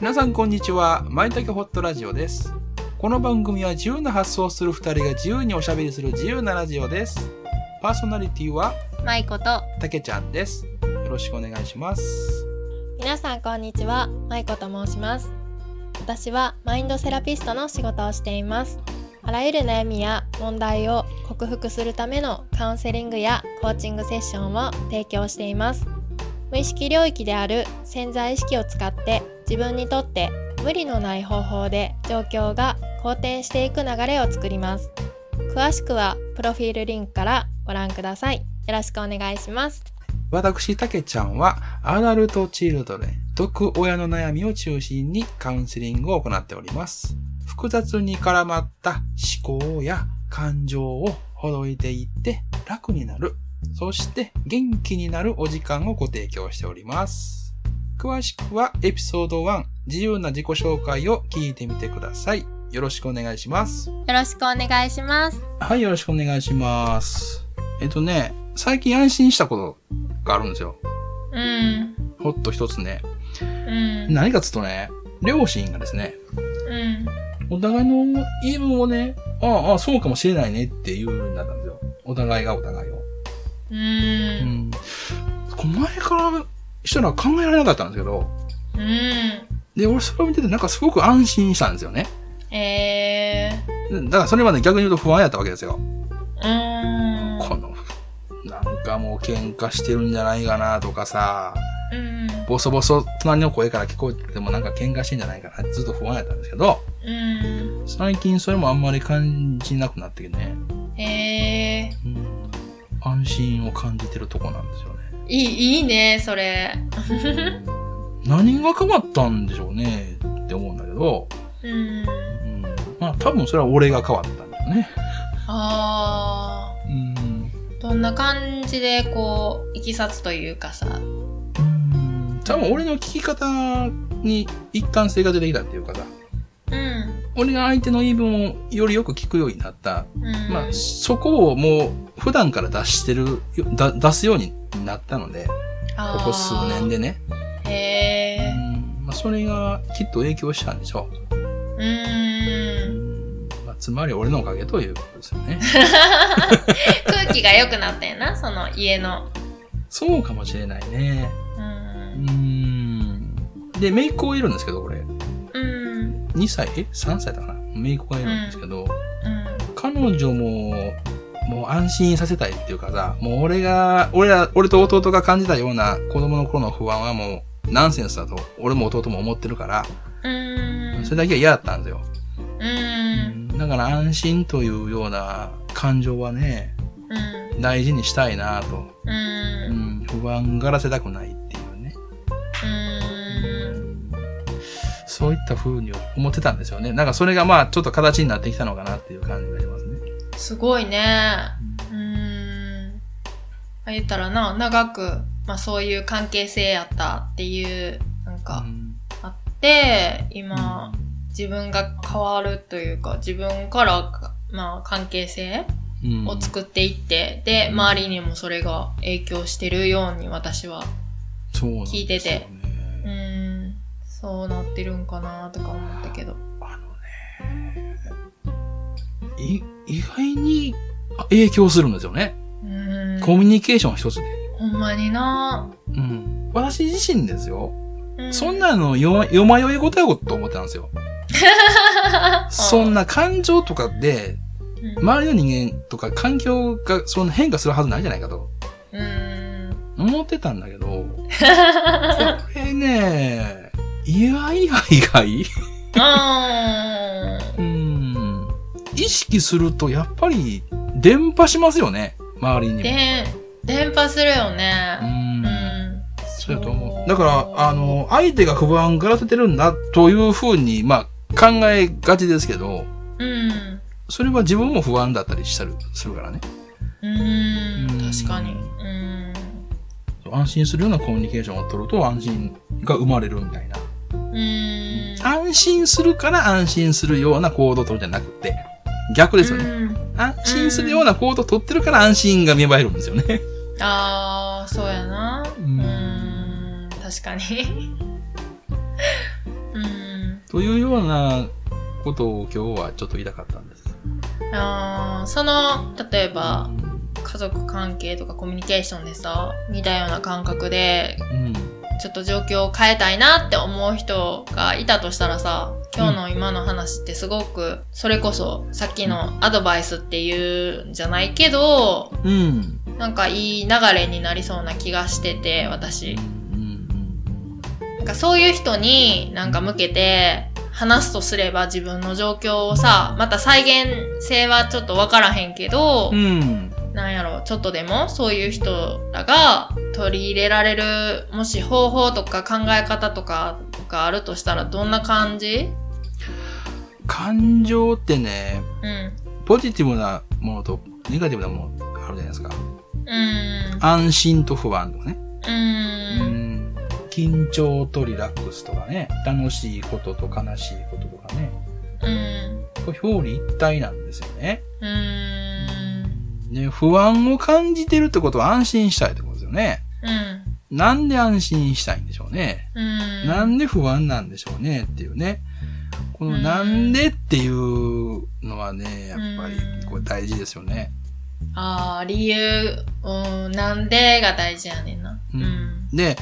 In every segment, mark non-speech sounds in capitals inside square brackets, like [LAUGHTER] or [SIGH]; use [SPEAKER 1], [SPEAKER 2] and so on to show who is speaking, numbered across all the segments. [SPEAKER 1] 皆さんこんにちは。まいたけホットラジオです。この番組は自由な発想をする二人が自由におしゃべりする自由なラジオです。パーソナリティは
[SPEAKER 2] まいこと
[SPEAKER 1] たけちゃんです。よろしくお願いします。
[SPEAKER 2] 皆さんこんにちはまいこと申します私はマインドセラピストの仕事をしていますあらゆる悩みや問題を克服するためのカウンセリングやコーチングセッションを提供しています無意識領域である潜在意識を使って自分にとって無理のない方法で状況が好転していく流れを作ります詳しくはプロフィールリンクからご覧くださいよろしくお願いします
[SPEAKER 1] 私、たけちゃんはアダルトチルドレン、毒親の悩みを中心にカウンセリングを行っております。複雑に絡まった思考や感情をほどいていって楽になる。そして元気になるお時間をご提供しております。詳しくはエピソード1、自由な自己紹介を聞いてみてください。よろしくお願いします。
[SPEAKER 2] よろしくお願いします
[SPEAKER 1] はい、よろしくお願いします。えっとね、最近安心したことがあるんですよ。
[SPEAKER 2] うん
[SPEAKER 1] ほっと一つね。
[SPEAKER 2] うん
[SPEAKER 1] 何かっつうとね、両親がですね、
[SPEAKER 2] うん
[SPEAKER 1] お互いの言い分をね、ああ、ああそうかもしれないねっていう風になったんですよ。お互いがお互いを。
[SPEAKER 2] う
[SPEAKER 1] うんん。これ前からしたら考えられなかったんですけど、
[SPEAKER 2] うん
[SPEAKER 1] で、俺それを見ててなんかすごく安心したんですよね。
[SPEAKER 2] え
[SPEAKER 1] だからそれまで逆に言うと不安やったわけですよ。
[SPEAKER 2] ーうん
[SPEAKER 1] この、なんかもう喧嘩してるんじゃないかなとかさ、
[SPEAKER 2] うん
[SPEAKER 1] ボソボソ隣の声から聞こえててもなんか喧嘩してんじゃないかなずっと不安やったんですけど、
[SPEAKER 2] う
[SPEAKER 1] 最近それもあんまり感じなくなってきてね、
[SPEAKER 2] んえー
[SPEAKER 1] うん、安心を感じてるとこなんですよね。
[SPEAKER 2] いいいいねそれ
[SPEAKER 1] 何が変わったんでしょうねって思うんだけど、
[SPEAKER 2] うん
[SPEAKER 1] うん、まあ多分それは俺が変わったんだよね。
[SPEAKER 2] あ
[SPEAKER 1] うん、
[SPEAKER 2] ーどんな感じでこういきさつというかさ
[SPEAKER 1] うん多分俺の聞き方に一貫性が出てきたっていうかさ、
[SPEAKER 2] うん
[SPEAKER 1] 俺が相手の言い分をよりよく聞くようになった。
[SPEAKER 2] うん
[SPEAKER 1] まあそこをもう普段から出してる、だ出すようになったので、ここ数年でね。
[SPEAKER 2] でへ
[SPEAKER 1] う
[SPEAKER 2] え
[SPEAKER 1] んまあ、それがきっと影響したんでしょう。
[SPEAKER 2] ー
[SPEAKER 1] う
[SPEAKER 2] うん
[SPEAKER 1] んまあ、つまり俺のおかげということですよね。 [LAUGHS]
[SPEAKER 2] 空気が良くなったんやなその家の
[SPEAKER 1] そうかもしれないね。
[SPEAKER 2] う
[SPEAKER 1] うんん。で、姪っ子がいるんですけど、俺。
[SPEAKER 2] うん
[SPEAKER 1] 2歳え ?3 歳だかな姪っ子がいるんですけど、
[SPEAKER 2] うん
[SPEAKER 1] 彼女も、もう安心させたいっていうかさ、もう俺が、俺ら、俺と弟が感じたような子供の頃の不安はもうナンセンスだと、俺も弟も思ってるから、
[SPEAKER 2] うーん
[SPEAKER 1] それだけは嫌だったんですよ。
[SPEAKER 2] うーん
[SPEAKER 1] だから安心というような感情はね、
[SPEAKER 2] うん
[SPEAKER 1] 大事にしたいなと。
[SPEAKER 2] うー
[SPEAKER 1] うんん、不安がらせたくないっていうね。
[SPEAKER 2] うーん
[SPEAKER 1] そういった風に思ってたんですよね。なんかそれがまあちょっと形になってきたのかなっていう感じがしますね。
[SPEAKER 2] すごいねうーんまあ言ったらな長く、まあ、そういう関係性やったっていうなん
[SPEAKER 1] う
[SPEAKER 2] か
[SPEAKER 1] ん
[SPEAKER 2] あって今自分が変わるというか自分からかまあ関係性
[SPEAKER 1] うん
[SPEAKER 2] を作っていって、で周りにもそれが影響してるように私は
[SPEAKER 1] そうなんですよね
[SPEAKER 2] 聞いててうーんそうなってるんかなとか思ったけど
[SPEAKER 1] あのね、い意外に影響するんですよね。
[SPEAKER 2] うーん
[SPEAKER 1] コミュニケーション一つで。
[SPEAKER 2] ほんまにな
[SPEAKER 1] うん、私自身ですよ。
[SPEAKER 2] う
[SPEAKER 1] そんなのよ、よまよいことやと思ってたんです
[SPEAKER 2] [LAUGHS]
[SPEAKER 1] よ。そんな感情とかで、
[SPEAKER 2] うん、
[SPEAKER 1] 周りの人間とか環境がそんな変化するはずないんじゃないかと
[SPEAKER 2] うーん。
[SPEAKER 1] 思ってたんだけど、これね、意外や意外
[SPEAKER 2] あー
[SPEAKER 1] うん。意識するとやっぱり伝播しますよね、周 [LAUGHS] りにも。
[SPEAKER 2] で、伝播するよ
[SPEAKER 1] う。
[SPEAKER 2] ね。うんん。
[SPEAKER 1] そうやと思う。だから、あ、の、相手が不安がらせてるんだというふうに、まあ、考えがちですけど、
[SPEAKER 2] うん。
[SPEAKER 1] それは自分も不安だったりしたりするからね。
[SPEAKER 2] うん
[SPEAKER 1] う。ん
[SPEAKER 2] 確かに。うん。
[SPEAKER 1] 安心するようなコミュニケーションを取ると安心が生まれるみたいな。
[SPEAKER 2] うん。
[SPEAKER 1] 安心するから安心するような行動を取るじゃなくて、逆ですよね。
[SPEAKER 2] うん
[SPEAKER 1] 安心するような行動を取ってるから安心が芽生えるんですよね。
[SPEAKER 2] ああ、そうやな。
[SPEAKER 1] う
[SPEAKER 2] うん [LAUGHS] ん。確かに。う
[SPEAKER 1] というようなことを今日はちょっと言いたかったんです。
[SPEAKER 2] あーその例えば家族関係とかコミュニケーションでさ似たような感覚で
[SPEAKER 1] うん。
[SPEAKER 2] ちょっと状況を変えたいなって思う人がいたとしたらさ今日の今の話ってすごくそれこそさっきのアドバイスっていうんじゃないけど
[SPEAKER 1] うん。
[SPEAKER 2] なんかいい流れになりそうな気がしてて私
[SPEAKER 1] うん。
[SPEAKER 2] なんかそういう人になんか向けて話すとすれば自分の状況をさまた再現性はちょっとわからへんけど、
[SPEAKER 1] うん。
[SPEAKER 2] なんやろちょっとでもそういう人らが取り入れられるもし方法とか考え方とかがあるとしたらどんな感じ
[SPEAKER 1] 感情ってね、
[SPEAKER 2] うん。
[SPEAKER 1] ポジティブなものとネガティブなものがあるじゃないですか。
[SPEAKER 2] うん。
[SPEAKER 1] 安心と不安とかね。
[SPEAKER 2] うん。
[SPEAKER 1] うん緊張とリラックスとかね。楽しいことと悲しいこととかね。
[SPEAKER 2] うん。
[SPEAKER 1] これ表裏一体なんですよね。
[SPEAKER 2] うん。
[SPEAKER 1] ね、不安を感じてるってことは安心したいってことですよね。
[SPEAKER 2] うん。
[SPEAKER 1] なんで安心したいんでしょうね。
[SPEAKER 2] うん。
[SPEAKER 1] なんで不安なんでしょうねっていうね。このなんでっていうのはね、やっぱりこれ大事ですよね。
[SPEAKER 2] ああ、理由、うん、なんでが大事やねんな。う。
[SPEAKER 1] うんで、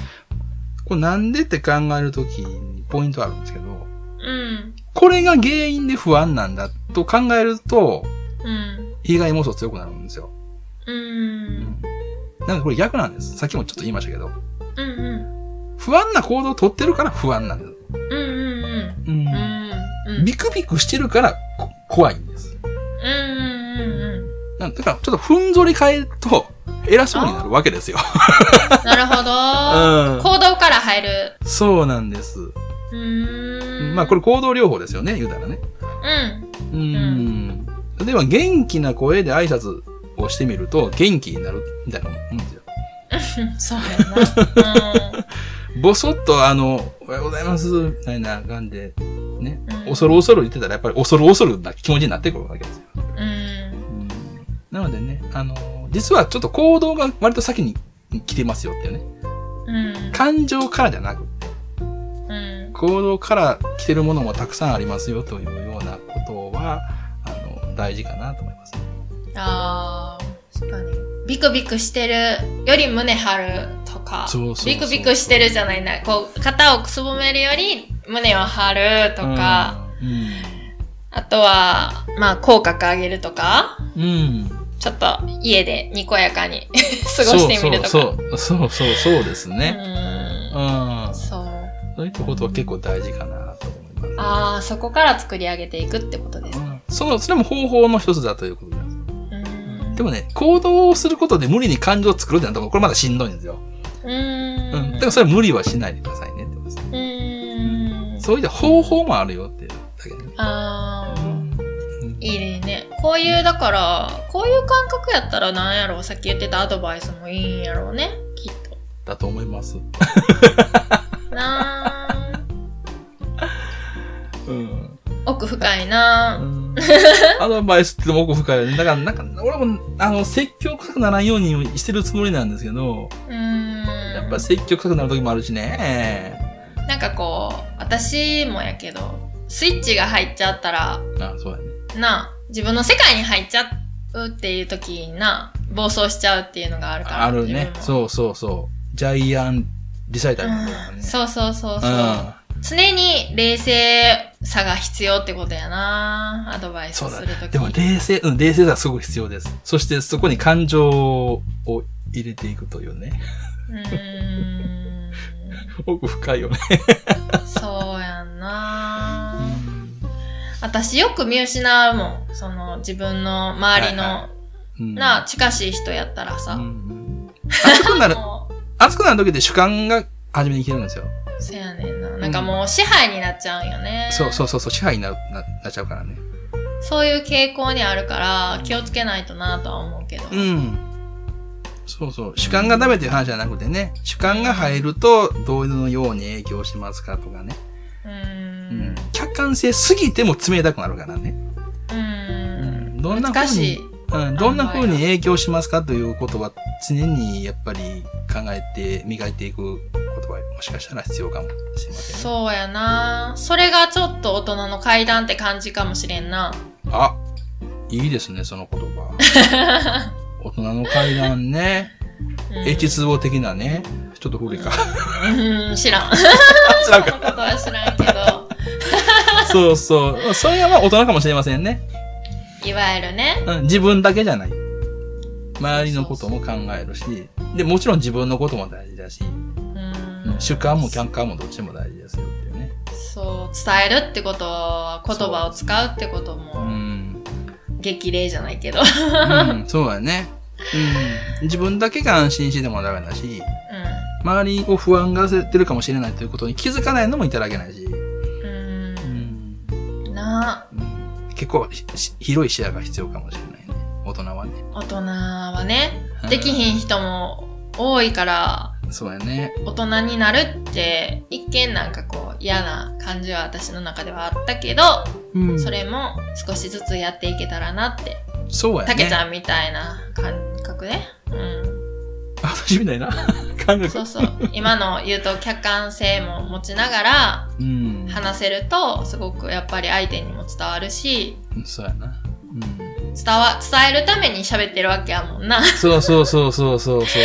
[SPEAKER 1] これなんでって考えるときにポイントあるんですけど、
[SPEAKER 2] うん。
[SPEAKER 1] これが原因で不安なんだと考えると、
[SPEAKER 2] うん。
[SPEAKER 1] 被害妄想強くなるんですよ。
[SPEAKER 2] うん。
[SPEAKER 1] なんかこれ逆なんです。さっきもちょっと言いましたけど、
[SPEAKER 2] うん。うん。
[SPEAKER 1] 不安な行動をとってるから不安なんです。
[SPEAKER 2] うん。うん。うん。
[SPEAKER 1] うん
[SPEAKER 2] うん。
[SPEAKER 1] ビクビクしてるからこ怖いんです。
[SPEAKER 2] うん。うん。
[SPEAKER 1] なんだから、ちょっとふんぞり変えると、偉そうになるわけですよ。
[SPEAKER 2] なるほど。
[SPEAKER 1] う
[SPEAKER 2] 行動から入る。
[SPEAKER 1] ん。そうなんです。
[SPEAKER 2] うーん。
[SPEAKER 1] まあこれ行動療法ですよね、言うたらね。う
[SPEAKER 2] うん。
[SPEAKER 1] ん。例えば元気な声で挨拶をしてみると、元気になるみたいなもんですよ。
[SPEAKER 2] そうやな。
[SPEAKER 1] ぼそっとあの、おはようございます、みたいな感じで、ね。
[SPEAKER 2] うん。
[SPEAKER 1] 恐る恐る言ってたら、やっぱり恐る恐るな気持ちになってくるわけですよ。
[SPEAKER 2] うん。
[SPEAKER 1] うんなのでね、あの、実はちょっと行動が割と先に来てますよっていうね。
[SPEAKER 2] うん。
[SPEAKER 1] 感情からじゃなく、
[SPEAKER 2] うん。
[SPEAKER 1] 行動から来てるものもたくさんありますよというようなことは、あの、大事かなと思います。
[SPEAKER 2] あー、確かに。ビクビクしてるより胸張るとか。
[SPEAKER 1] そうそうそう
[SPEAKER 2] ビクビクしてるじゃないな。こう、肩をくすぼめるより胸を張るとか。
[SPEAKER 1] うん。
[SPEAKER 2] あとは、まあ、口角上げるとか。
[SPEAKER 1] うん。
[SPEAKER 2] ちょっと家でにこやかに [LAUGHS] 過ごしてみるとか。
[SPEAKER 1] そうそうそう、そうそうそうですね。う
[SPEAKER 2] うんん。。そう。
[SPEAKER 1] そういったことは結構大事かなと思います。
[SPEAKER 2] ああそこから作り上げていくってことです
[SPEAKER 1] う
[SPEAKER 2] か。
[SPEAKER 1] んそう、それも方法の一つだということです。
[SPEAKER 2] うーん
[SPEAKER 1] でもね、行動をすることで無理に感情を作るってなところ、これまだしんどいんですよ。
[SPEAKER 2] うー
[SPEAKER 1] うんん。だからそれは無理はしないでくださいねってことですね。
[SPEAKER 2] うーん
[SPEAKER 1] そういった方法もあるよっていうだけでね。
[SPEAKER 2] あー
[SPEAKER 1] うん
[SPEAKER 2] いいですねこういうだからこういう感覚やったらなんやろうさっき言ってたアドバイスもいいんやろうねきっ
[SPEAKER 1] だと思います。
[SPEAKER 2] となー
[SPEAKER 1] うん。 [LAUGHS]
[SPEAKER 2] 奥深いな
[SPEAKER 1] アドバイスって奥深いよね。だから、なんか、俺も、あの、説教臭くならんようにしてるつもりなんですけど、
[SPEAKER 2] うーん
[SPEAKER 1] やっぱ説教臭くなる時もあるしね。
[SPEAKER 2] なんかこう私もやけどスイッチが入っちゃったら
[SPEAKER 1] あそうやね。
[SPEAKER 2] なあ自分の世界に入っちゃうっていう時にな暴走しちゃうっていうのがあるから
[SPEAKER 1] あるね。
[SPEAKER 2] 自分も
[SPEAKER 1] そうそうそう。ジャイアンリサイタルのとかね。
[SPEAKER 2] そうそうそう
[SPEAKER 1] う
[SPEAKER 2] そう、
[SPEAKER 1] ん。
[SPEAKER 2] 常に冷静さが必要ってことやなアドバイス
[SPEAKER 1] そう
[SPEAKER 2] すると
[SPEAKER 1] だ。
[SPEAKER 2] き
[SPEAKER 1] でも、冷静、うん、冷静さはすごく必要です。そして、そこに感情を入れていくというね。
[SPEAKER 2] うー
[SPEAKER 1] [LAUGHS]
[SPEAKER 2] ん
[SPEAKER 1] 奥深いよね。
[SPEAKER 2] そうやんな私よく見失うもんその自分の周りの、
[SPEAKER 1] はいはうん
[SPEAKER 2] なあ近しい人やったらさ、
[SPEAKER 1] うんうん熱くなる、
[SPEAKER 2] もう
[SPEAKER 1] 熱くなる時って主観が初めに来るんですよ。
[SPEAKER 2] そやねんななんかもう支配になっちゃうんよね、
[SPEAKER 1] そうそうそうそう、支配になるななっちゃうからね。
[SPEAKER 2] そういう傾向にあるから気をつけないとなとは思うけど、
[SPEAKER 1] うん。そうそう。主観がダメという話じゃなくてね、主観が入るとどういうように影響しますかとかね。
[SPEAKER 2] う
[SPEAKER 1] うんん。客観性すぎても冷たくなるからね。
[SPEAKER 2] う
[SPEAKER 1] うんんどんな風
[SPEAKER 2] 難し
[SPEAKER 1] に
[SPEAKER 2] い、
[SPEAKER 1] うん、どんな風に影響しますかということは常にやっぱり考えて磨いていくことがもしかしたら必要かもしれませんね。
[SPEAKER 2] そうやなそれがちょっと大人の階段って感じかもしれんな
[SPEAKER 1] あ、いいですね、その言葉。
[SPEAKER 2] [LAUGHS]
[SPEAKER 1] 大人の階段ね。
[SPEAKER 2] うん
[SPEAKER 1] H2O 的なね。ちょっと古いか。 [LAUGHS]
[SPEAKER 2] うん知らん
[SPEAKER 1] 知らん
[SPEAKER 2] その
[SPEAKER 1] か。
[SPEAKER 2] ことは知らんけど
[SPEAKER 1] そうそう。それはまあ大人かもしれませんね。
[SPEAKER 2] いわゆるね
[SPEAKER 1] うん、自分だけじゃない。周りのことも考えるし、で、もちろん自分のことも大事だし、
[SPEAKER 2] うん
[SPEAKER 1] 主観も客観もどっちも大事ですよっていうね。
[SPEAKER 2] そう伝えるってことは言葉を使うってこと
[SPEAKER 1] う
[SPEAKER 2] も
[SPEAKER 1] ん。
[SPEAKER 2] 激励じゃないけど
[SPEAKER 1] うん、そうだね。うん。自分だけが安心してもダメだし、周りを不安がせてるかもしれないということに気づかないのもいただけないし、
[SPEAKER 2] うん
[SPEAKER 1] う。
[SPEAKER 2] うんんな
[SPEAKER 1] うん結構しし広い視野が必要かもしれないね。大人はね。
[SPEAKER 2] あ大人はね
[SPEAKER 1] うん
[SPEAKER 2] できひん人も多いから
[SPEAKER 1] そうやね。
[SPEAKER 2] 大人になるって一見なんかこう嫌な感じは私の中ではあったけど
[SPEAKER 1] うん
[SPEAKER 2] それも少しずつやっていけたらなって
[SPEAKER 1] そうや
[SPEAKER 2] た
[SPEAKER 1] ね。
[SPEAKER 2] けちゃんみたいな感覚で、
[SPEAKER 1] [LAUGHS]
[SPEAKER 2] う
[SPEAKER 1] 私みたい
[SPEAKER 2] [LAUGHS]
[SPEAKER 1] な感
[SPEAKER 2] ん、
[SPEAKER 1] 覚。
[SPEAKER 2] そうそう今の言うと客観性も持ちながら
[SPEAKER 1] うん。
[SPEAKER 2] 話せるとすごくやっぱり相手にも伝わるし
[SPEAKER 1] そうやな。うん。
[SPEAKER 2] 伝わ伝えるために喋ってるわけやもんな [LAUGHS]
[SPEAKER 1] そうそうそうそうそうそ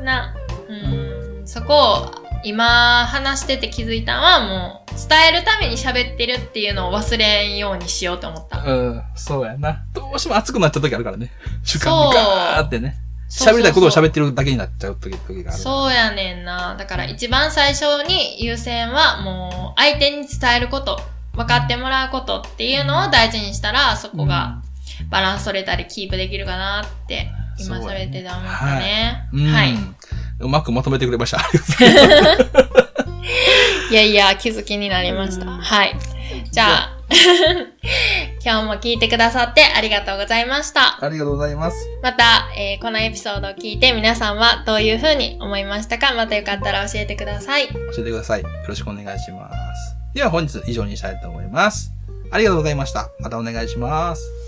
[SPEAKER 1] う。
[SPEAKER 2] な、うん、そこを今話してて気づいたのはもう伝えるために喋ってるっていうのを忘れんようにしようと思った
[SPEAKER 1] うん、そうやな。どうしても熱くなっちゃう時あるからね。主
[SPEAKER 2] そ
[SPEAKER 1] 観
[SPEAKER 2] う
[SPEAKER 1] がガーってね。
[SPEAKER 2] そうそう
[SPEAKER 1] 喋
[SPEAKER 2] そう
[SPEAKER 1] りたいことを喋ってるだけになっちゃう時時がある。
[SPEAKER 2] そうやねんなだから一番最初に優先はもう相手に伝えること分かってもらうことっていうのを大事にしたらそこがバランス取れたりキープできるかなって今
[SPEAKER 1] そう
[SPEAKER 2] 喋
[SPEAKER 1] やね
[SPEAKER 2] ってた思ったね。
[SPEAKER 1] うん。うん
[SPEAKER 2] はい。
[SPEAKER 1] うまくまとめてくれました。ありがとうございます。
[SPEAKER 2] いやいや、気づきになりました。
[SPEAKER 1] うん
[SPEAKER 2] はい。じゃあ、 [LAUGHS] 今日も聞いてくださってありがとうございました。
[SPEAKER 1] ありがとうございます。
[SPEAKER 2] また、えーこのエピソードを聞いて皆さんはどういう風に思いましたかまたよかったら教えてください。
[SPEAKER 1] 教えてください。よろしくお願いします。では本日以上にしたいと思います。ありがとうございました。またお願いします。